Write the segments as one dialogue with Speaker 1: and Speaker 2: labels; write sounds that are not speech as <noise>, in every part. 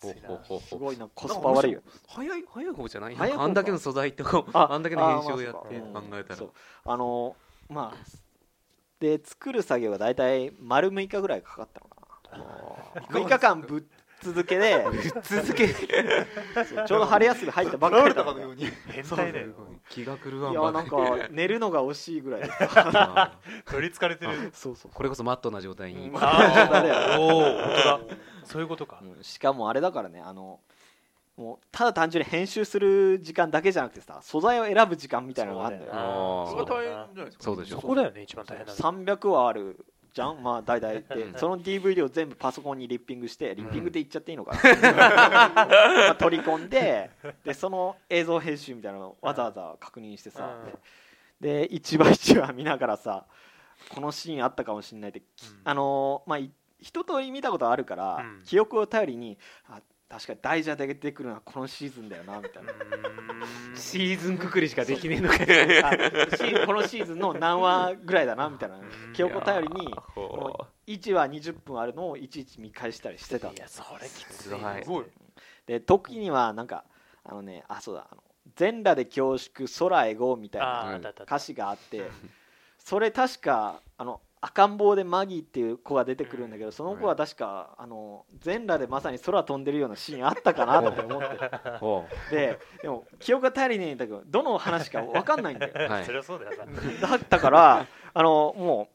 Speaker 1: ほうほうほう
Speaker 2: す
Speaker 1: ほう
Speaker 2: ごいなコスパ悪いよ
Speaker 1: 早い早い方じゃない
Speaker 2: 早い
Speaker 1: なん
Speaker 2: 方
Speaker 1: かあんだけの素材とか
Speaker 2: あ
Speaker 1: あんだけの編集をやっ
Speaker 2: あ
Speaker 1: て
Speaker 2: ーま
Speaker 1: 考
Speaker 2: あそうか
Speaker 1: えたら
Speaker 2: そうあのまあで作る作業が大体丸6日ぐらいかかったのかな6日間 <laughs> ぶっ続けで
Speaker 1: 続け
Speaker 2: そうちょうど春休み入ったばっかりだった <laughs> のい
Speaker 3: 変態だよ
Speaker 1: 気が狂わん
Speaker 2: や
Speaker 1: ば
Speaker 2: な
Speaker 1: か
Speaker 2: ん
Speaker 1: り
Speaker 2: か寝るのが惜しいぐらいだった
Speaker 1: <laughs> あー
Speaker 3: 取りつかれてる
Speaker 2: そうそう
Speaker 1: これこそマットな状態に
Speaker 2: ま
Speaker 3: あ
Speaker 2: 誰だ
Speaker 3: あおおー本当だそういうことか
Speaker 2: うんしかもあれだからねあのもうただ単純に編集する時間だけじゃなくてさ素材を選ぶ時間みたいなのがあるんだよ
Speaker 3: そうだよ
Speaker 1: あー
Speaker 4: それは大変じゃないですか
Speaker 1: そうでしょ
Speaker 3: そこだよね一番大変なの
Speaker 2: 300はあるじゃんまあ
Speaker 3: <laughs>
Speaker 2: 大体
Speaker 1: うん
Speaker 2: でその DVD を全部パソコンにリッピングしてリッピングって言っちゃっていい
Speaker 3: <laughs>
Speaker 2: のかな、 <laughs> まあ取り込んででその映像編集みたいなのをわざわざ確認してさ、
Speaker 3: うん
Speaker 2: で一話一話見ながらさこのシーンあったかもしれないって、
Speaker 3: うん
Speaker 2: あのーまあい一通り見たことあるから、
Speaker 3: うん
Speaker 2: 記憶を頼りにあ確かに大蛇で出てくるのはこのシーズンだよなみたいな。
Speaker 3: うーん
Speaker 1: シーズンくく <laughs> りしかできねえのか
Speaker 2: あシーこのシーズンの何話ぐらいだなみたいな記憶を頼りにもう1話20分あるのをいちいち見返したりしてたん
Speaker 3: い
Speaker 2: だ
Speaker 3: やそれきつい
Speaker 1: すごい
Speaker 4: すごい
Speaker 2: で時にはなんかあのねあそうだあの全裸で恐縮空へゴーみたい
Speaker 3: あ
Speaker 2: な
Speaker 3: ああったあったあった
Speaker 2: 歌詞があってそれ確かあの赤ん坊でマギーっていう子が出てくるんだけどその子は確かあの全裸でまさに空飛んでるようなシーンあったかなって
Speaker 3: <laughs>
Speaker 2: 思って
Speaker 1: ほ
Speaker 2: ででも記憶が頼りにいんだけどどの話か分かんないんだよ
Speaker 1: はい
Speaker 3: <laughs> そりゃそうだよな
Speaker 2: だったからあのも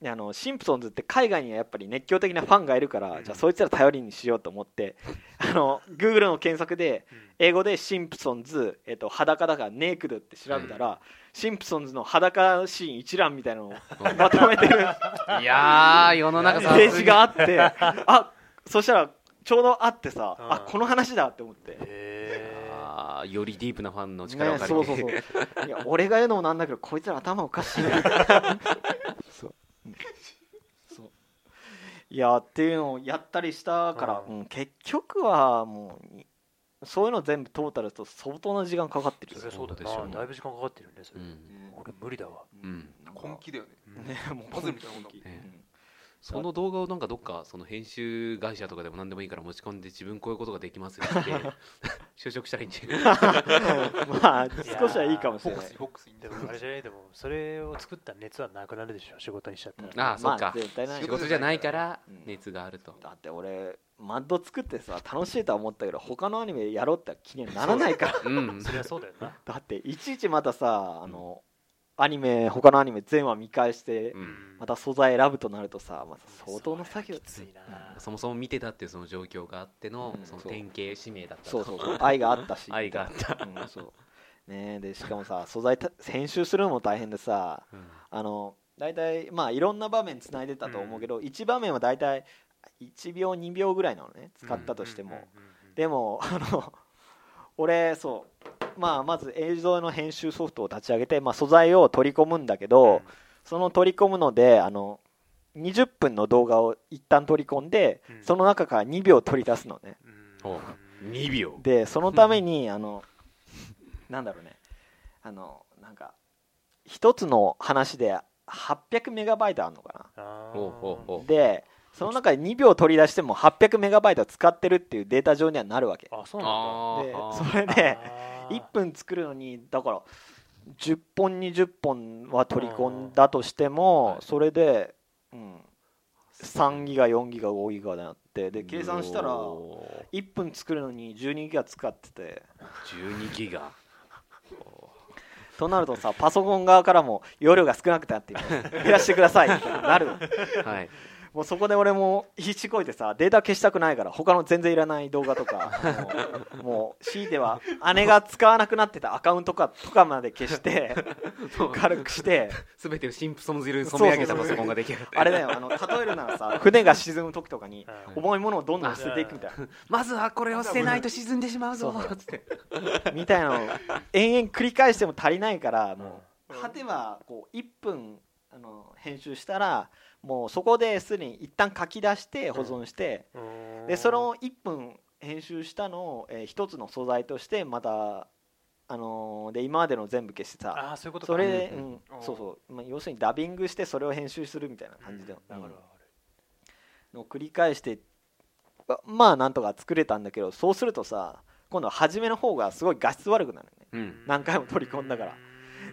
Speaker 2: うねあのシンプソンズって海外にはやっぱり熱狂的なファンがいるからじゃあそいつら頼りにしようと思ってあの Google の検索で英語でシンプソンズ、えっと、裸だからネイクドって調べたら、シンプソンズの裸シーン一覧みたいなのを
Speaker 1: う
Speaker 2: まとめてる
Speaker 1: <laughs> いやー世の中
Speaker 2: ペ
Speaker 1: さすがに
Speaker 2: ージがあってあそしたらちょうどあってさ、
Speaker 3: うん
Speaker 2: あこの話だって思って。
Speaker 3: へー
Speaker 1: あーよりディープなファンの力を
Speaker 2: ね、
Speaker 1: 借
Speaker 2: そう
Speaker 1: り
Speaker 2: そ
Speaker 1: て、
Speaker 2: うそういや俺が言うのもなんだけどこいつら頭おかしいなそううんそういやっていうのをやったりしたから、
Speaker 3: う
Speaker 2: うん結局はもうにそういうの全部トータルすると相当な時間かかってる
Speaker 3: そりゃそうだよ
Speaker 1: そうでしょう
Speaker 3: な
Speaker 1: ね
Speaker 3: だいぶ時間かかってるよねそれ
Speaker 1: うん
Speaker 3: 俺無理だわ
Speaker 1: うん
Speaker 4: 根気だよね
Speaker 2: ねもう
Speaker 4: パズルみたいなもんだ
Speaker 2: 本気
Speaker 1: ね
Speaker 2: うん
Speaker 1: その動画をなんかどっかその編集会社とかでも何でもいいから持ち込んで自分こういうことができますよ
Speaker 2: <laughs>
Speaker 1: って就職したらいいんじゃない
Speaker 2: まあ少しはいいかもし
Speaker 4: フォ
Speaker 2: れ
Speaker 4: ッ
Speaker 2: な
Speaker 4: ク
Speaker 2: い
Speaker 4: スフォックスいいんだ
Speaker 3: で
Speaker 4: よ
Speaker 3: もあれじゃないでもそれを作った熱はなくなるでしょ仕事にしちゃった
Speaker 1: あ
Speaker 3: ら
Speaker 1: あそう
Speaker 2: ま
Speaker 1: か
Speaker 2: あ、絶対ない
Speaker 1: 仕事じゃないから
Speaker 2: うん
Speaker 1: 熱があると、
Speaker 2: だって俺マッド作ってさ楽しいとは思ったけど他のアニメやろうって気にはならないから
Speaker 1: うん
Speaker 3: そりゃそうだよな
Speaker 2: だっていちいちまたさあの、アニメ他のアニメ全話見返して、
Speaker 1: うん
Speaker 2: また素材選ぶとなるとさまた相当な作業
Speaker 3: きついな
Speaker 1: そもそも見てたっていうその状況があっての,、
Speaker 2: うん
Speaker 1: その
Speaker 2: そう
Speaker 1: 典型使命だった
Speaker 2: そう
Speaker 1: と
Speaker 2: そうそう愛があったし
Speaker 1: 愛があった、
Speaker 2: うんそうねえでしかもさ素材た編集するのも大変でさ
Speaker 1: うん
Speaker 2: あの大体まあいろんな場面つないでたと思うけど、一1場面は大体1秒2秒ぐらいなのね使ったとしても、
Speaker 3: うんうんうんうん
Speaker 2: でもあの俺そうまあまず映像の編集ソフトを立ち上げて、まあ、素材を取り込むんだけど、その取り込むのであの20分の動画を一旦取り込んで、
Speaker 3: うん
Speaker 2: その中から2秒取り出すのね
Speaker 3: うん
Speaker 1: おう2秒
Speaker 2: でそのためにあのなんだろうねあのなんか一つの話で800メガバイトあるのか
Speaker 3: あー
Speaker 1: おうおうお
Speaker 2: な
Speaker 1: う
Speaker 2: でその中で2秒取り出しても800メガバイト使ってるっていうデータ上にはなるわけ
Speaker 3: あそうなん
Speaker 2: で
Speaker 1: あ
Speaker 2: そ
Speaker 1: ー
Speaker 2: れ
Speaker 3: だ
Speaker 2: で
Speaker 3: あー
Speaker 2: 1分作るのにだから10本20本は取り込んだとしても、
Speaker 1: うん
Speaker 2: それで、うん、3ギガ4ギガ5ギガになってで計算したら1
Speaker 1: おー
Speaker 2: 分作るのに12ギガ使ってて
Speaker 1: 12ギガ
Speaker 2: となるとさパソコン側からも容量が少なくなってる減らしてくださいってなるの
Speaker 1: はい
Speaker 2: もうそこで俺も必死こいてさデータ消したくないから他の全然いらない動画とかあのもう強いては姉が使わなくなってたアカウントかとかまで消して軽くして
Speaker 1: 全てをシンプソンズ色に染め上げたパソコンができる
Speaker 2: あれだよあの例えるならさ船が沈む時とかに
Speaker 3: うん
Speaker 2: 重いものをどんどん捨てていくみたい
Speaker 1: まずはこれを捨てないと沈んでしまうぞつって
Speaker 2: なみたいなのを延々繰り返しても足りないから
Speaker 3: うん
Speaker 2: もう果てはこう1分あの編集したらもうそこですでに一旦書き出して保存して
Speaker 3: うん
Speaker 2: でその1分編集したのを、えー一つの素材としてまたあのーで今までの全部消してさ
Speaker 3: ああそういうことか
Speaker 2: それで、
Speaker 1: う
Speaker 2: うんん
Speaker 4: あー
Speaker 2: そうそう、まあ、要するにダビングしてそれを編集するみたいな感じで、
Speaker 3: うんだから
Speaker 2: うんの繰り返してまあなんとか作れたんだけどそうするとさ今度は初めの方がすごい画質悪くなるね
Speaker 1: うん
Speaker 2: 何回も取り込んだから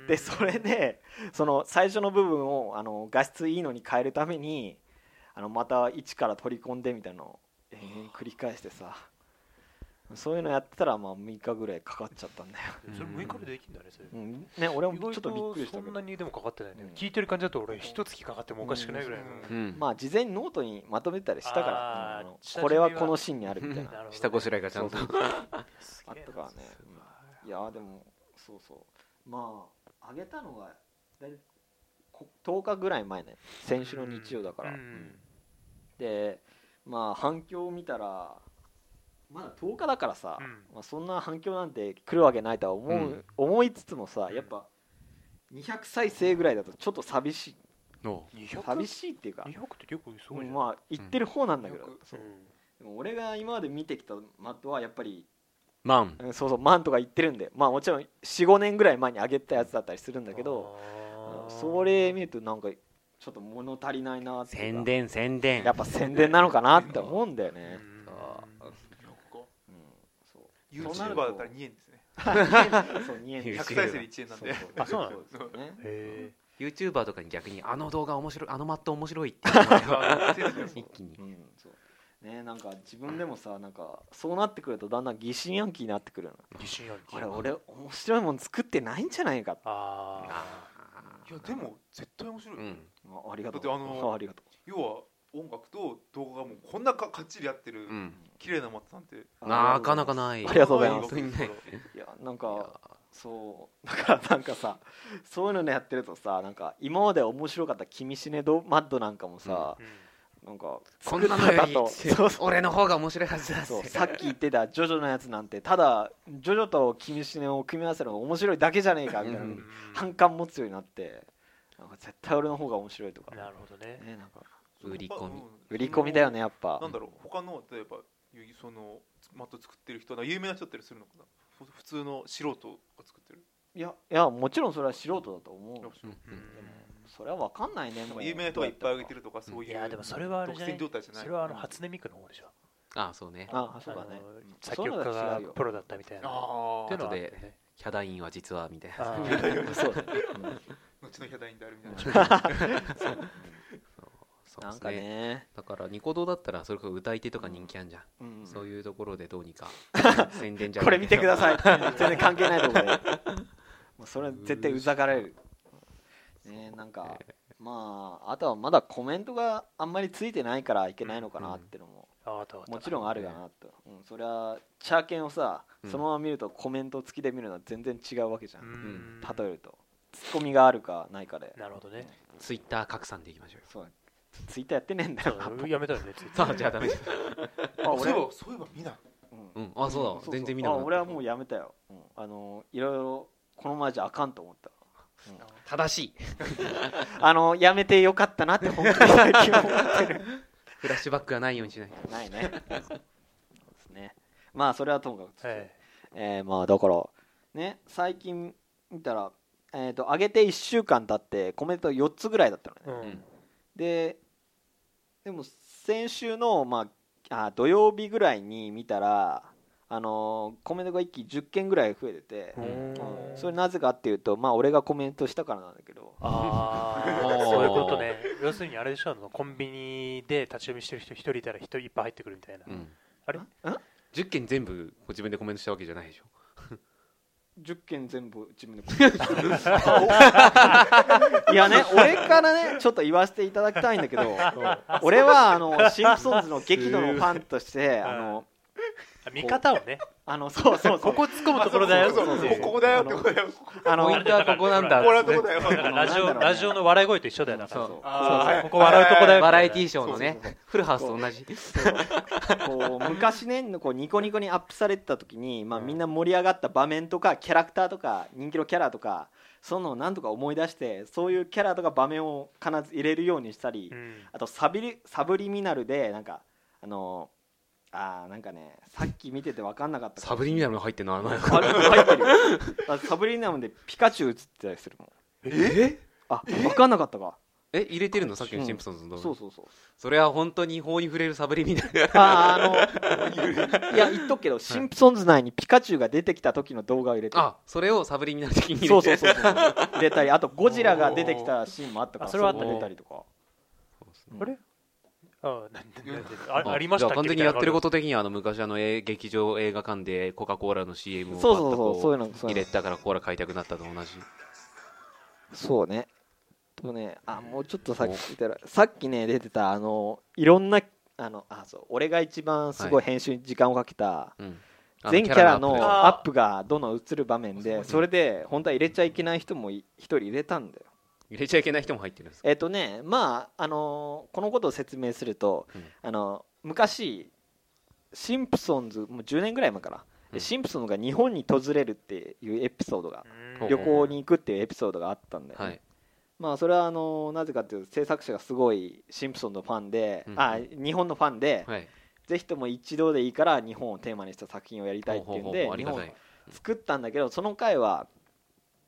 Speaker 2: でそれでその最初の部分をあの画質いいのに変えるためにあのまた一から取り込んでみたいなのを延々繰り返してさそういうのやってたらまあ6日ぐらいかかっちゃったんだよ、 <laughs>
Speaker 3: それ6日でできるんだねそれ
Speaker 2: うんね、俺も
Speaker 3: 意
Speaker 2: ちょっ
Speaker 3: 外
Speaker 2: とびっく
Speaker 3: と
Speaker 2: りした
Speaker 3: そ
Speaker 2: け
Speaker 3: ん
Speaker 2: ど
Speaker 3: なにでもかかってないね、
Speaker 2: うん
Speaker 3: 聞いてる感じだと俺一月かかってもおかしくないぐらいの、
Speaker 2: うん
Speaker 1: うん
Speaker 2: まあ事前にノートにまとめたりしたか
Speaker 3: あ
Speaker 2: ら
Speaker 3: ー
Speaker 2: あの
Speaker 3: 下準備は
Speaker 2: これはこのシーンにあるみたい
Speaker 3: な
Speaker 2: な
Speaker 3: るほどね
Speaker 1: 下ごしらえがちゃんと
Speaker 2: そう
Speaker 3: す
Speaker 2: あっ
Speaker 3: げえな
Speaker 2: たからね、 <laughs> うんいやーでもそうそうまあ上げたのがだいたいこ10日ぐらい前ね先週の日曜だから、
Speaker 3: うん
Speaker 2: でまあ反響を見たらまだ10日だからさ、
Speaker 3: うん
Speaker 2: まあ、そんな反響なんて来るわけないとは思う、
Speaker 1: うん
Speaker 2: 思いつつもさ
Speaker 3: うん
Speaker 2: やっぱ200再生ぐらいだとちょっと寂しい
Speaker 1: お
Speaker 3: 200
Speaker 2: 寂しいっていうか、
Speaker 3: 200って結構すごいじゃん、あ、
Speaker 2: まあ言ってる方なんだけど、
Speaker 3: うん
Speaker 2: そうでも俺が今まで見てきたマットはやっぱり
Speaker 1: マン
Speaker 2: うんそうそうマンとか言ってるんでまあもちろん45年ぐらい前に上げたやつだったりするんだけど
Speaker 3: あー
Speaker 2: それ見るとなんかちょっと物足りないなっていうか
Speaker 1: 宣伝宣伝
Speaker 2: やっぱ宣伝なのかなって思うんだよね、
Speaker 3: うん
Speaker 2: うんそう
Speaker 4: ユ
Speaker 2: そ
Speaker 4: ー
Speaker 2: う
Speaker 4: チ
Speaker 2: な
Speaker 4: ュ
Speaker 2: る
Speaker 4: ー
Speaker 2: と
Speaker 4: バーだったら2円ですね。
Speaker 2: <laughs> そう2円
Speaker 1: ユー
Speaker 4: 100
Speaker 1: チューバー
Speaker 4: 再生で1円なんで。
Speaker 2: そう
Speaker 3: あそうなの
Speaker 4: そう
Speaker 2: ね
Speaker 3: へ
Speaker 1: YouTuber とかに逆にあの動画面白いあのマット面白いって言ってもらえば <laughs> 一気に
Speaker 2: うんそうねなんか自分でもさなんかそうなってくるとだんだん疑心暗鬼になってくるの
Speaker 3: え疑心暗
Speaker 2: あ
Speaker 3: 鬼
Speaker 2: れ俺面白いもん作ってないんじゃないか
Speaker 3: あ
Speaker 4: いや、でも、絶対面白
Speaker 1: う
Speaker 4: いよ。
Speaker 1: ん
Speaker 2: あありがとう
Speaker 4: だってあの
Speaker 2: ありがと
Speaker 4: 要は、音楽と動画がもうこんなかかっちりやってる
Speaker 1: う、ん
Speaker 4: 綺麗なマットなんて。
Speaker 2: う
Speaker 1: なかなかない
Speaker 2: ありがとうございます
Speaker 1: 本当にね
Speaker 2: いやなん
Speaker 1: い
Speaker 2: か
Speaker 1: や
Speaker 2: そうだからなんかさそういうのねやってるとさなんか今まで面白かった「君死ねどマッド」なんかもさ
Speaker 3: ー、うん
Speaker 2: なんか
Speaker 1: こんなのより
Speaker 2: と
Speaker 1: <laughs>
Speaker 2: そうそう
Speaker 1: 俺の方が面白いはずだ
Speaker 2: そうさっき言ってた「ジョジョ」のやつなんてただ「ジョジョ」と「君死ね」を組み合わせるのが面白いだけじゃねえかみたいな、
Speaker 1: うん
Speaker 2: 反感持つようになってなんか絶対俺の方が面白いとか、
Speaker 3: なるほどね
Speaker 2: ね、なんか
Speaker 1: 売り込み
Speaker 2: 売り込みだよね。やっ
Speaker 4: そ
Speaker 2: ぱ
Speaker 4: のなんだろう、他の、例えば、ゆその、マット作ってる人、なんか有名な人だったりするのかな。ふ普通の素人が作ってる。
Speaker 2: いやいやもちろんそれは素人だと思うでも
Speaker 1: うん
Speaker 4: うん
Speaker 2: それは分かんないね
Speaker 4: なん
Speaker 2: も
Speaker 4: か
Speaker 2: う
Speaker 4: 有名な人がいっぱい上げてるとか、そういう。
Speaker 3: いやでもそれはあれ
Speaker 4: 独
Speaker 3: じゃない
Speaker 4: 占状態じゃない。
Speaker 3: それはあの初音ミクの方でしょ
Speaker 1: あそうね
Speaker 2: あそうだね
Speaker 3: あの
Speaker 2: うん
Speaker 3: 作曲家
Speaker 2: そういうのは
Speaker 3: が
Speaker 2: 違うよ
Speaker 3: プロだったみたいな
Speaker 4: あ
Speaker 3: っ
Speaker 4: あ
Speaker 3: ていうのはあ
Speaker 1: 後で
Speaker 3: ったよね
Speaker 1: ヒャダインは実はみたいな
Speaker 3: あー
Speaker 2: <laughs> そうだね、うん
Speaker 4: 後のヒャダインであるみたいな。
Speaker 1: そうで
Speaker 2: なん
Speaker 1: す
Speaker 2: か
Speaker 1: ね
Speaker 2: ね、
Speaker 1: だからニコ動だったらそれこそ歌い手とか人気あんじゃん
Speaker 2: うん
Speaker 1: そういうところでどうに
Speaker 2: <laughs>
Speaker 1: か宣伝じゃ
Speaker 2: これ見てくだ
Speaker 1: さ <laughs>
Speaker 2: さい全然関係ないところでもうそれは絶対うざがられるねなんかまああとはまだコメントがあんまりついてないからいけないのかなってのも、
Speaker 3: ああと
Speaker 2: もちろんあるかなと、うん、それはチャーケンをさ
Speaker 1: うん
Speaker 2: そのまま見るとコメント付きで見るのは全然違うわけじゃん、
Speaker 1: ん
Speaker 2: 例えるとツッコミがあるかないかで
Speaker 3: なるほどね
Speaker 1: ツイッター拡散でいきましょうよ
Speaker 2: そうツイッターやってねえんだ
Speaker 3: そ
Speaker 2: よ
Speaker 3: うやめたよねツイッター
Speaker 1: さあじゃあダメです
Speaker 2: あ
Speaker 4: そうい
Speaker 2: 俺
Speaker 4: えば、そういえば見ない。
Speaker 2: うん
Speaker 1: うんあそうだわ
Speaker 2: そうそう
Speaker 1: 全然見な
Speaker 2: あ
Speaker 1: かった
Speaker 2: 俺はもうやめたよ、うんあのいろいろこのままじゃあかんと思った
Speaker 1: 正しい
Speaker 2: あのやめてよかったなって本当に最近思ってる
Speaker 1: フラッシュバックがないようにしない
Speaker 2: <laughs> ないねそうですねまあそれはともかくとして、
Speaker 3: え
Speaker 2: えーまあだからね最近見たらえっ、と上げて1週間経ってコメント4つぐらいだったのね
Speaker 3: えうん
Speaker 1: うん
Speaker 2: ででも先週の、まあ、あ土曜日ぐらいに見たらあのーコメントが一気に10件ぐらい増えてて、
Speaker 3: うん
Speaker 2: それなぜかっていうとまあ俺がコメントしたからなんだけど
Speaker 3: あ
Speaker 1: お
Speaker 3: あ
Speaker 1: ー
Speaker 3: そういうことね要するにあれでしょあのコンビニで立ち読みしてる人一人いたら人いっぱい入ってくるみたいな
Speaker 1: うん
Speaker 3: あれ
Speaker 1: 10件全部ご自分でコメントしたわけじゃないでしょ
Speaker 2: 10件全部自分でコメントした <laughs> いやね俺からねちょっと言わせていただきたいんだけど俺はあのシンプソンズの激怒のファンとしてあの
Speaker 3: あ見方をね
Speaker 2: あのそうそうそう
Speaker 3: ここ突っ込むところだよ
Speaker 4: あそうそう
Speaker 3: って
Speaker 4: そう
Speaker 3: いう
Speaker 4: ここだよってことだよ。こ
Speaker 2: あの
Speaker 1: ポイントはここなんだ
Speaker 4: こだよここだよ。
Speaker 3: だからラジ
Speaker 2: な
Speaker 3: オ
Speaker 2: んだろうね
Speaker 3: ラジオの笑い声と一緒だよだか
Speaker 2: そ
Speaker 3: ら
Speaker 2: うそう
Speaker 4: あー
Speaker 3: ここ笑うとこだよ
Speaker 1: バラエティーショーのね
Speaker 2: そうそう
Speaker 1: フルハウスと同じ
Speaker 2: こう昔ねこうニコニコにアップされてた時に、まあ、
Speaker 3: うん
Speaker 2: みんな盛り上がった場面とかキャラクターとか人気のキャラとかそういうのをなんとか思い出してそういうキャラとか場面を必ず入れるようにしたり、
Speaker 3: うん
Speaker 2: あとサビリサブリミナルでなんかあのあーなんかねさっき見てて分かんなかった
Speaker 1: サブリミナルが入ってんのあの
Speaker 2: あれ入ってるよだってサブリミナルでピカチュウ映ってたりするもん
Speaker 3: え
Speaker 2: あ分かんなかったか
Speaker 1: え入れてるのさっき
Speaker 2: う
Speaker 1: の
Speaker 2: ん
Speaker 1: シンプソンズの動画、
Speaker 2: そう
Speaker 3: <laughs>
Speaker 2: そうそう
Speaker 1: それは本当に法に触れるサブリミナル
Speaker 2: あーあのいや言っとくけど、シンプソンズ内にピカチュウが出てきた時の動画を入れてる
Speaker 1: あそれをサブリミナル的に入れて
Speaker 2: そうそうそうそう入れたりあとゴジラが出てきたシーンもあったから
Speaker 3: あそれはあった
Speaker 2: ういうの入れたりとか
Speaker 1: そうですね
Speaker 2: うん
Speaker 3: あれあなななあありまし
Speaker 1: じ
Speaker 3: た
Speaker 1: ゃ <laughs>
Speaker 3: っ
Speaker 1: あ完
Speaker 3: け
Speaker 1: 全にやってることと的にはあの昔あのえー劇場映画館でコカ・コーラの CM を
Speaker 2: そう
Speaker 1: 買っ
Speaker 2: そう
Speaker 1: た
Speaker 2: そうそういうの
Speaker 1: 子
Speaker 2: そう
Speaker 1: 入
Speaker 2: いう
Speaker 1: れ
Speaker 2: の
Speaker 1: たからコーラ買いたくなったと同じ
Speaker 2: そうねとねあもうちょっとさっき言ったらさっきね出てたあのいろんなあのあそう俺が一番すごい編集に時間をかけた、
Speaker 1: うん
Speaker 2: 全キャラ
Speaker 1: あア
Speaker 2: の
Speaker 1: ップ
Speaker 2: アップがどんどん映る場面
Speaker 4: あそう
Speaker 2: で
Speaker 4: ですね
Speaker 2: それで本当は入れちゃいけない人もい一人入れたんだよ
Speaker 1: で入れちゃいけない人も入ってるんですか
Speaker 2: えっ、とねまああのーこのことを説明すると、
Speaker 1: うん
Speaker 2: あの昔シンプソンズもう10年ぐらい前から、
Speaker 1: うん
Speaker 2: シンプソンズが日本に訪れるっていうエピソードが、
Speaker 1: ほう
Speaker 2: 旅行に行くっていうエピソードがあったんだよね、
Speaker 1: はい
Speaker 2: まあそれはあのーなぜかというと制作者がすごいシンプソンズのファンで、
Speaker 1: うん
Speaker 2: あ日本のファンで、
Speaker 1: はい
Speaker 2: ぜひとも一度でいいから日本をテーマにした作品をやりたいっていう
Speaker 1: ほ
Speaker 2: んで
Speaker 1: うほうほうあ
Speaker 2: 日
Speaker 1: り
Speaker 2: 本
Speaker 1: が
Speaker 2: を
Speaker 1: たい
Speaker 2: 作ったんだけどその回は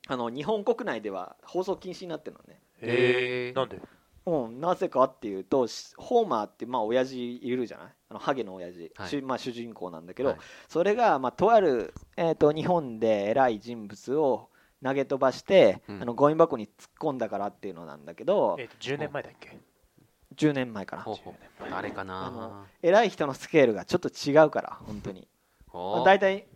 Speaker 2: あの日本国内では放送禁止になってるのね
Speaker 3: えー、なんで
Speaker 2: うん、なぜかっていうとしホーマーってまあ親父いるじゃないあのハゲの親父、
Speaker 1: はい
Speaker 2: しまあ、主人公なんだけど、
Speaker 1: はい
Speaker 2: それが、まあ、とある、えー、と日本で偉い人物を投げ飛ばして、
Speaker 1: うん
Speaker 2: あのゴミ箱に突っ込んだからっていうのなんだけど
Speaker 3: えーと10年前だっけ
Speaker 2: 10年前かな
Speaker 1: ほうほうあれか
Speaker 2: あ
Speaker 1: な
Speaker 2: の偉い人のスケールがちょっと違うから本当に
Speaker 1: ほう
Speaker 2: 大体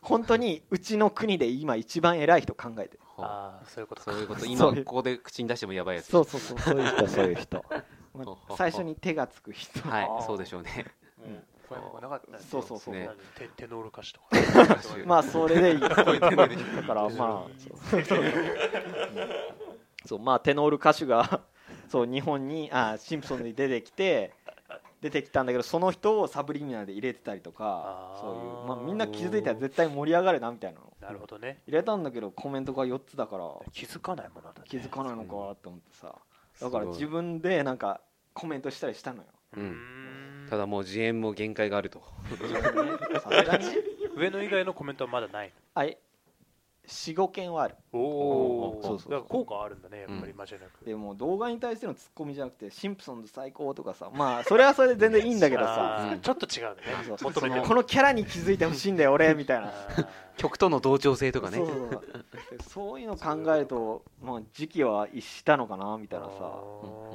Speaker 2: 本当にうちの国で今一番偉い人考えてる
Speaker 1: ほう
Speaker 3: ああそういうことか
Speaker 1: そういうこと
Speaker 2: そう
Speaker 1: 今ここで口に出してもやばいやつ
Speaker 2: そうそうそうそういう人そういう人、ま
Speaker 1: <laughs> ほうほ
Speaker 2: あ、
Speaker 1: う
Speaker 2: 最初に手がつく人
Speaker 1: はい
Speaker 3: あー
Speaker 1: そうでしょうね
Speaker 4: もう
Speaker 3: これもなかったね
Speaker 2: そうそうそう、
Speaker 1: ね
Speaker 3: テテノール歌手とか
Speaker 2: まあそ
Speaker 1: <laughs>
Speaker 2: れでいいだか
Speaker 4: 声出てる
Speaker 2: らまあそううんそうまあテノール歌手が <laughs> そう日本にあシンプソンに出てきて出てきたんだけどその人をサブリミナルで入れてたりとか
Speaker 3: あー
Speaker 2: そういう、まあ、みんな気づいたら絶対盛り上がるなみた <laughs> いなの
Speaker 3: なるほどね
Speaker 2: 入れたんだけどコメントが4つだから
Speaker 3: 気づかないものなんだ、ね、
Speaker 2: 気づかないのかと思ってさだか
Speaker 1: す
Speaker 2: ら
Speaker 1: ごい
Speaker 2: 自分でなんかコメントしたりしたのよ
Speaker 1: うん
Speaker 3: ーん
Speaker 1: ただもう自演も限界があると
Speaker 2: さすがに
Speaker 3: 上野以外のコメントはまだない
Speaker 2: あい45件はある
Speaker 3: お
Speaker 1: お
Speaker 2: ー
Speaker 3: お
Speaker 2: そうそうそう
Speaker 3: だから効果はあるんだねやっぱり
Speaker 1: うん
Speaker 3: 間違いなく、
Speaker 2: でもう動画に対してのツッコミじゃなくて「シンプソンズ最高」とかさまあそれはそれで全然いいんだけどさ
Speaker 3: <laughs> あー
Speaker 1: うん
Speaker 3: ちょっと違うんだね
Speaker 2: そう
Speaker 3: 求めて
Speaker 2: そ
Speaker 3: る
Speaker 2: のこのキャラに気づいてほしいんだよ俺みたいな
Speaker 3: あ
Speaker 1: 曲との同調性とかね
Speaker 2: そうそうそうでそういうの考えるともう時期は一したのかなみたいな
Speaker 3: ー
Speaker 2: さ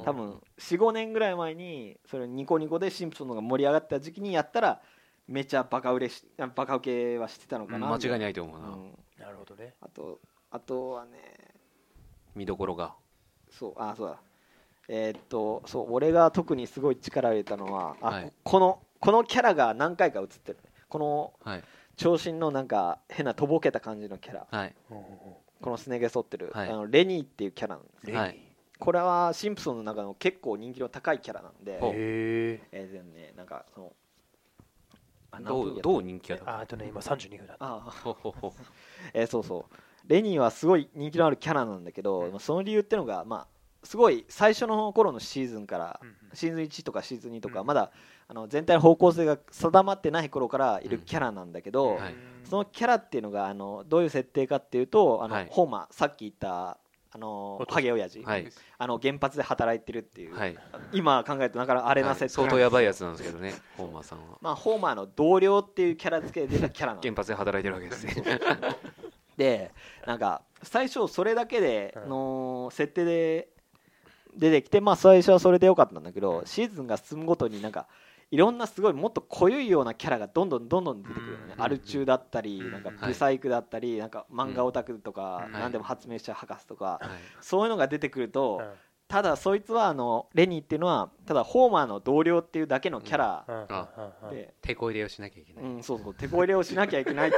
Speaker 1: うん
Speaker 2: 多分45年ぐらい前にそれニコニコでシンプソンズが盛り上がった時期にやったらめちゃバカ売れしバカ受けはしてたの
Speaker 1: う
Speaker 2: か
Speaker 1: ん
Speaker 2: な
Speaker 1: 間違い
Speaker 2: い
Speaker 1: ないと思うな
Speaker 3: なるほどね
Speaker 2: あとあとはね
Speaker 1: 見どころが
Speaker 2: そうあそうだえーっとそう俺が特にすごい力を入れたのはあ、
Speaker 1: はい
Speaker 2: このこのキャラが何回か映ってるねこの
Speaker 1: はい
Speaker 2: 長身のなんか変なとぼけた感じのキャラ
Speaker 1: はい
Speaker 2: このすね毛剃ってる、
Speaker 1: はい
Speaker 2: あのレニーっていうキャラなんです
Speaker 1: レ
Speaker 2: ね
Speaker 1: は
Speaker 2: これはシンプソンの中の結構人気の高いキャラなんで
Speaker 1: ほう
Speaker 3: え
Speaker 2: えーでもねなんかそのあ
Speaker 1: ど
Speaker 2: 何分
Speaker 1: う
Speaker 2: や
Speaker 1: どう人気が <laughs>
Speaker 3: ー、あーあとね今32分だった
Speaker 2: あ
Speaker 1: ほうほうほう
Speaker 2: えーそうそうレニーはすごい人気のあるキャラなんだけど、
Speaker 3: うん
Speaker 2: まあその理由ってのがまあすごい最初の頃のシーズンから
Speaker 3: うんうん
Speaker 2: シーズン1とかシーズン2とか、
Speaker 3: うん
Speaker 2: まだあの全体の方向性が定まってない頃からいるキャラなんだけど、
Speaker 1: うんはい
Speaker 2: そのキャラっていうのがあのどういう設定かっていうとあの、
Speaker 1: はい
Speaker 2: ホーマーさっき言ったあの
Speaker 3: お父さん
Speaker 2: ハゲ親父、
Speaker 1: はい
Speaker 2: あの原発で働いてるっていう、
Speaker 1: はい
Speaker 2: 今考えるとなかなかあれな設定、
Speaker 1: はい相当やばいやつなんですけどねホーマーさんは
Speaker 2: まあ、ホーマーの同僚っていうキャラ付けで出たキャラなん
Speaker 1: 原発で働いてるわけですね
Speaker 2: でなんか最初それだけでの設定で出てきてまあ最初はそれでよかったんだけどシーズンが進むごとになんかいろんなすごいもっと濃ゆいようなキャラがどんどんどんどん出てくるよね
Speaker 3: うん
Speaker 2: アル中だったり
Speaker 3: うん
Speaker 2: なんか
Speaker 3: はい
Speaker 2: ブサイクだったりなんか漫画オタクとか
Speaker 3: うん
Speaker 2: 何でも発明しちゃう博士とか
Speaker 1: はい
Speaker 2: そういうのが出てくると
Speaker 3: うん
Speaker 2: ただそいつはあのレニーっていうのはただホーマーの同僚っていうだけのキャラ
Speaker 3: うんうんうん
Speaker 2: で
Speaker 1: 手こ入れをしなきゃいけない
Speaker 2: うん、そうそう手こ入れをしなきゃいけない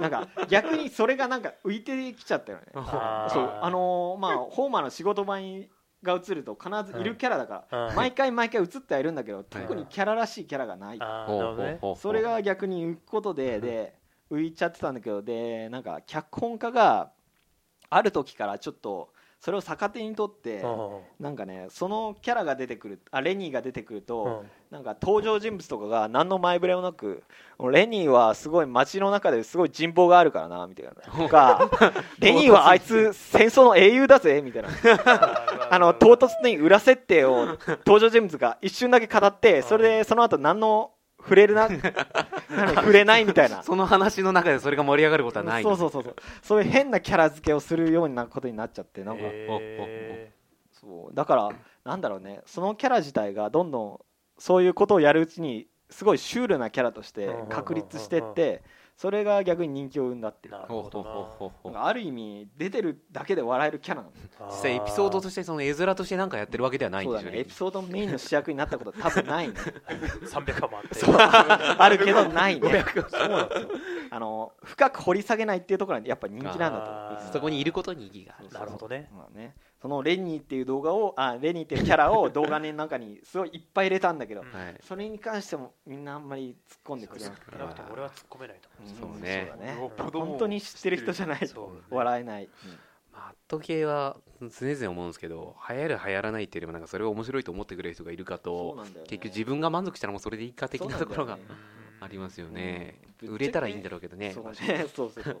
Speaker 2: なんか逆にそれがなんか浮いてきちゃったよね
Speaker 3: あー
Speaker 2: そうあのー
Speaker 3: <laughs>
Speaker 2: まあホーマーの仕事場にが映ると必ずいるキャラだから、
Speaker 3: うん
Speaker 2: 毎回毎回映ってはいるんだけど特にキャラらしいキャラがない、
Speaker 3: あー
Speaker 1: ほう
Speaker 3: なる
Speaker 1: ほう
Speaker 3: ほどね
Speaker 1: ほうほう
Speaker 2: それが逆に浮くことで、で浮いちゃってたんだけどでなんか脚本家がある時からちょっとそれを逆手にとって、なんかねそのキャラが出てくるあレニーが出てくると、
Speaker 3: うんうん
Speaker 2: なんか登場人物とかが何の前触れもなくレニーはすごい街の中ですごい人望があるか
Speaker 1: <laughs>
Speaker 2: らなみたいなとかレニーはあいつ戦争の英雄だぜみたいな
Speaker 3: あー
Speaker 2: <laughs> あの唐突に裏設定を登場人物が一瞬だけ語ってそれでその後何の触れる
Speaker 1: <laughs>
Speaker 2: ななんか触れないみたいな
Speaker 1: その話の中でそれが盛り上がることはない
Speaker 2: そうそうそうそうそういう変なキャラ付けをするようなことになっちゃってなんか、
Speaker 3: え
Speaker 2: そうだからなんだろうねそのキャラ自体がどんどんそういうことをやるうちにすごいシュールなキャラとして確立してっ
Speaker 3: うんうん
Speaker 2: てそれが逆に人気を生んだっ
Speaker 3: ー
Speaker 2: ていう
Speaker 3: なる
Speaker 1: ほう
Speaker 3: ほ
Speaker 1: ほうほうほうほ
Speaker 3: ど
Speaker 1: う
Speaker 2: なんかある意味出てるだけで笑えるキャラなの
Speaker 3: な
Speaker 1: 実際エピソードとしてその絵面としてなんかやってるわけではないん
Speaker 2: そう
Speaker 1: でし
Speaker 2: だ
Speaker 1: ょう
Speaker 2: ね
Speaker 1: ね
Speaker 2: エピソードのメインの主役になったことは多分ないね
Speaker 3: 300話もあって
Speaker 2: そうあるけどないねそうなんですよあの深く掘り下げないっていうところがやっぱ人気なんだ
Speaker 3: あー
Speaker 1: そこにいることに意義がある
Speaker 3: なるほど
Speaker 2: と
Speaker 3: ね
Speaker 2: まあねそのレニーっていう動画をあレニーっていうキャラを動画の中にすごいいっぱい入れたんだけど
Speaker 3: うん
Speaker 1: はい
Speaker 2: それに関してもみんなあんまり突っ込んでくれなくて
Speaker 3: 少なくとも俺は突っ込めないと思
Speaker 1: そううんね
Speaker 2: そうだね
Speaker 4: よっぽどもう
Speaker 2: 本当に知ってる人じゃな
Speaker 3: う
Speaker 2: い
Speaker 3: そ
Speaker 2: と
Speaker 3: う
Speaker 2: 笑えない、
Speaker 1: マット系は常々思うんですけど流行る流行らないっていうよりもなんかそれを面白いと思ってくれる人がいるか
Speaker 2: そう
Speaker 1: と
Speaker 2: なんだよね
Speaker 1: 結局自分が満足したらもうそれでいいか的なところが
Speaker 2: そうなんだよね
Speaker 1: <laughs> ありますよね
Speaker 2: うん
Speaker 1: 売れたらいいんだろうけどね
Speaker 2: そうね <laughs> そうそうそう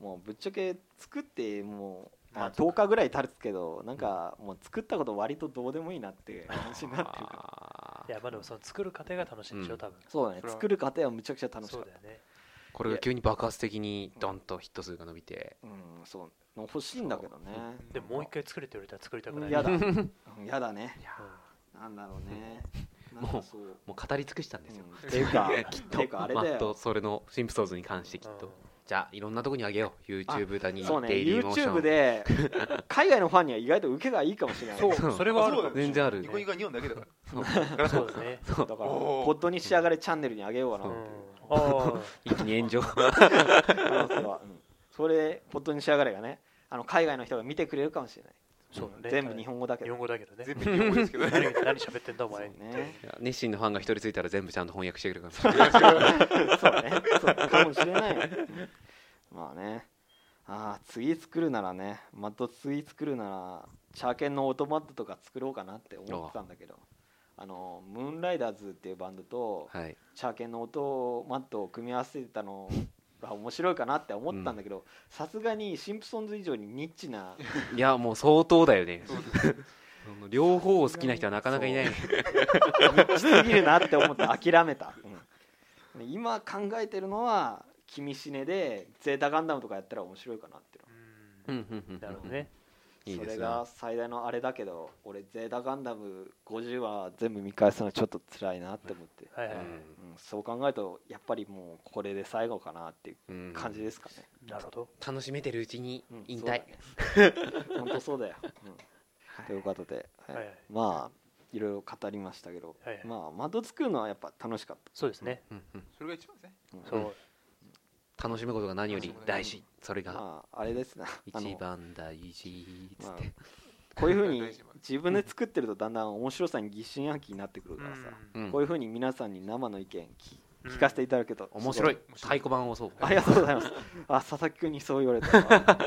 Speaker 2: もうぶっちゃけ作ってもう、まあ、
Speaker 3: 満足
Speaker 2: 10日ぐらい経つけどなんかもう作ったこと割とどうでもいいなって感じになってるから
Speaker 1: あ
Speaker 3: い
Speaker 1: ー
Speaker 3: やまあでもその作る過程が楽しいんでし
Speaker 1: う
Speaker 3: ょ
Speaker 1: ん
Speaker 3: 多分
Speaker 2: そうだね
Speaker 4: それは
Speaker 2: 作る過程はむちゃくちゃ楽しか
Speaker 3: そ
Speaker 2: っ
Speaker 3: う
Speaker 2: た
Speaker 3: だよね
Speaker 1: <laughs> これが急に爆発的にドンとヒット数が伸びて
Speaker 2: うんそう欲しいんだけどね
Speaker 3: でももう一回作れって言われたら作りたく
Speaker 2: う
Speaker 3: なんい
Speaker 2: や
Speaker 1: <laughs>
Speaker 2: だ
Speaker 3: うん
Speaker 2: うんやだね
Speaker 1: いや
Speaker 2: なんだろう <laughs> ね
Speaker 1: ん
Speaker 2: なんかそう
Speaker 1: もう語り尽くしたんですよ、
Speaker 2: うんってい
Speaker 1: <laughs>
Speaker 2: う <laughs> かっていうかあれ
Speaker 1: マ
Speaker 2: だ
Speaker 1: ッ
Speaker 2: よ
Speaker 1: トそれのシンプソンズに関してきっと、じゃあいろんなとこにあげよう YouTube だに
Speaker 2: そうね
Speaker 1: デイリーモーショ
Speaker 2: YouTube
Speaker 1: ン、
Speaker 2: で海外のファンには意外と受けがいいかもしれない
Speaker 3: そう
Speaker 1: そう
Speaker 3: それはあるかも
Speaker 1: 全然ある
Speaker 4: ニコニコは日本だけだから
Speaker 3: そうですね
Speaker 2: だから
Speaker 4: おー
Speaker 2: ポッドに仕上がれチャンネルにあげようか
Speaker 3: う
Speaker 2: なん
Speaker 3: あ
Speaker 1: 一気に炎上 <laughs>
Speaker 2: 可能性は、うん <laughs> それポッドに仕上がれがねあの海外の人が見てくれるかもしれない、
Speaker 3: ーそうだね
Speaker 2: <laughs> 全部日本語だけ
Speaker 3: 日
Speaker 2: ど、
Speaker 3: 本語だけどね
Speaker 4: 全部日本語です
Speaker 1: <laughs>
Speaker 4: けど
Speaker 3: 何
Speaker 4: ね
Speaker 3: 何喋ってんだお
Speaker 2: そう
Speaker 3: 前
Speaker 2: ね
Speaker 1: いや熱心のファンが一人ついたら全部ちゃんと翻訳してくれるから
Speaker 2: <laughs> そうねそうかもしれないうんまあねああ次作るならねまた次作るならチャーケンのオートマットとか作ろうかなって思ってたんだけどあのムーンライダーズっていうバンドと
Speaker 1: はい
Speaker 2: チャーケンのオートマットを組み合わせてたのが面白いかなって思ったんだけどさすがにシンプソンズ以上にニッチない
Speaker 1: やもう相当だよね
Speaker 4: そう
Speaker 1: その両方を好きな人はなかなかいない
Speaker 2: しすぎるなって思って諦めた、うん今考えてるのは「君死ね」で「ゼータガンダム」とかやったら面白いかなっていうの
Speaker 1: う
Speaker 3: うん
Speaker 1: んうんうんうん
Speaker 3: なるほどね
Speaker 1: いい
Speaker 2: そ
Speaker 1: で
Speaker 2: れ
Speaker 1: す
Speaker 2: が
Speaker 1: な
Speaker 2: 最大のあれだけど俺「ゼータガンダム50」は全部見返すのはちょっと辛いなって思って、
Speaker 3: はいは
Speaker 1: う
Speaker 3: い
Speaker 1: ん
Speaker 2: うん、そう考えるとやっぱりもうこれで最後かなっていう
Speaker 1: うん
Speaker 2: 感じですかね、
Speaker 3: なるほど
Speaker 1: 楽しめてるうちに
Speaker 2: うん
Speaker 1: 引退、
Speaker 2: 本当そうだよ、うんということで、はい
Speaker 3: はいはい
Speaker 2: まあいろいろ語りましたけど、
Speaker 3: はいはい
Speaker 2: まあ窓作るのはやっぱ楽しかっ
Speaker 3: そうですね
Speaker 1: うんうん
Speaker 4: それが一番ですね
Speaker 2: た、うん
Speaker 3: そう
Speaker 1: 楽しむことが何より大事それが
Speaker 2: まあ、あれですな、あの
Speaker 1: 一番大事っつ
Speaker 2: ま
Speaker 1: っ
Speaker 2: あ
Speaker 1: て、
Speaker 2: こういうふうに自分で作ってるとだんだん面白さに疑心暗鬼になってくるからさ、
Speaker 1: うん
Speaker 2: こういうふうに皆さんに生の意見聞
Speaker 3: うん
Speaker 2: 聞かせていただくと
Speaker 1: 面白い
Speaker 2: す
Speaker 1: 太鼓判をそう
Speaker 2: ごいありがとうございますあ佐々木君にそう言われたわ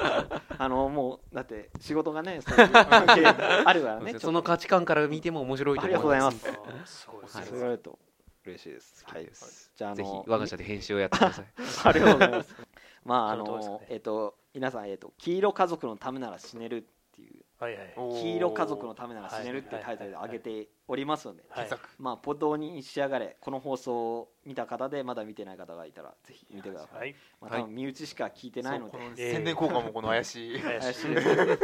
Speaker 2: あのもうだって仕事がねそういう関係あるからね
Speaker 1: その価値観から見ても面白いと
Speaker 2: あ
Speaker 1: 思
Speaker 2: り
Speaker 1: い
Speaker 2: が
Speaker 1: ま
Speaker 2: とう
Speaker 1: す
Speaker 2: ございま
Speaker 3: あ
Speaker 2: す
Speaker 3: ーすごいです
Speaker 1: はいう
Speaker 2: そ
Speaker 3: ね
Speaker 2: 言われると嬉しいですはい
Speaker 1: です
Speaker 2: じゃああ
Speaker 1: ぜひ
Speaker 2: <laughs> の
Speaker 1: 我が社で編集をやってください
Speaker 2: ありがとうございます。まああ
Speaker 3: その通りです
Speaker 2: の
Speaker 3: ね
Speaker 2: えっと皆さんえっと黄色家族のためなら死ねるっていう
Speaker 3: はいはい
Speaker 2: 黄色家族のためなら死ねるっていうタイトルで上げておりますので、
Speaker 3: はい
Speaker 4: 作
Speaker 2: まあポッドに仕上がれこの放送を見た方でまだ見てない方がいたらぜひ見てください。
Speaker 3: はい
Speaker 2: まあ多分身内しか聞いてないので、
Speaker 4: そうこの
Speaker 3: えー
Speaker 4: 宣伝効果もこの怪しい
Speaker 3: 怪
Speaker 2: 怪
Speaker 3: し
Speaker 2: し
Speaker 3: い
Speaker 2: いですね。はい。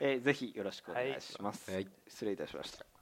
Speaker 2: えーぜひよろしくお願いします。
Speaker 1: はい
Speaker 2: 失礼いたしました。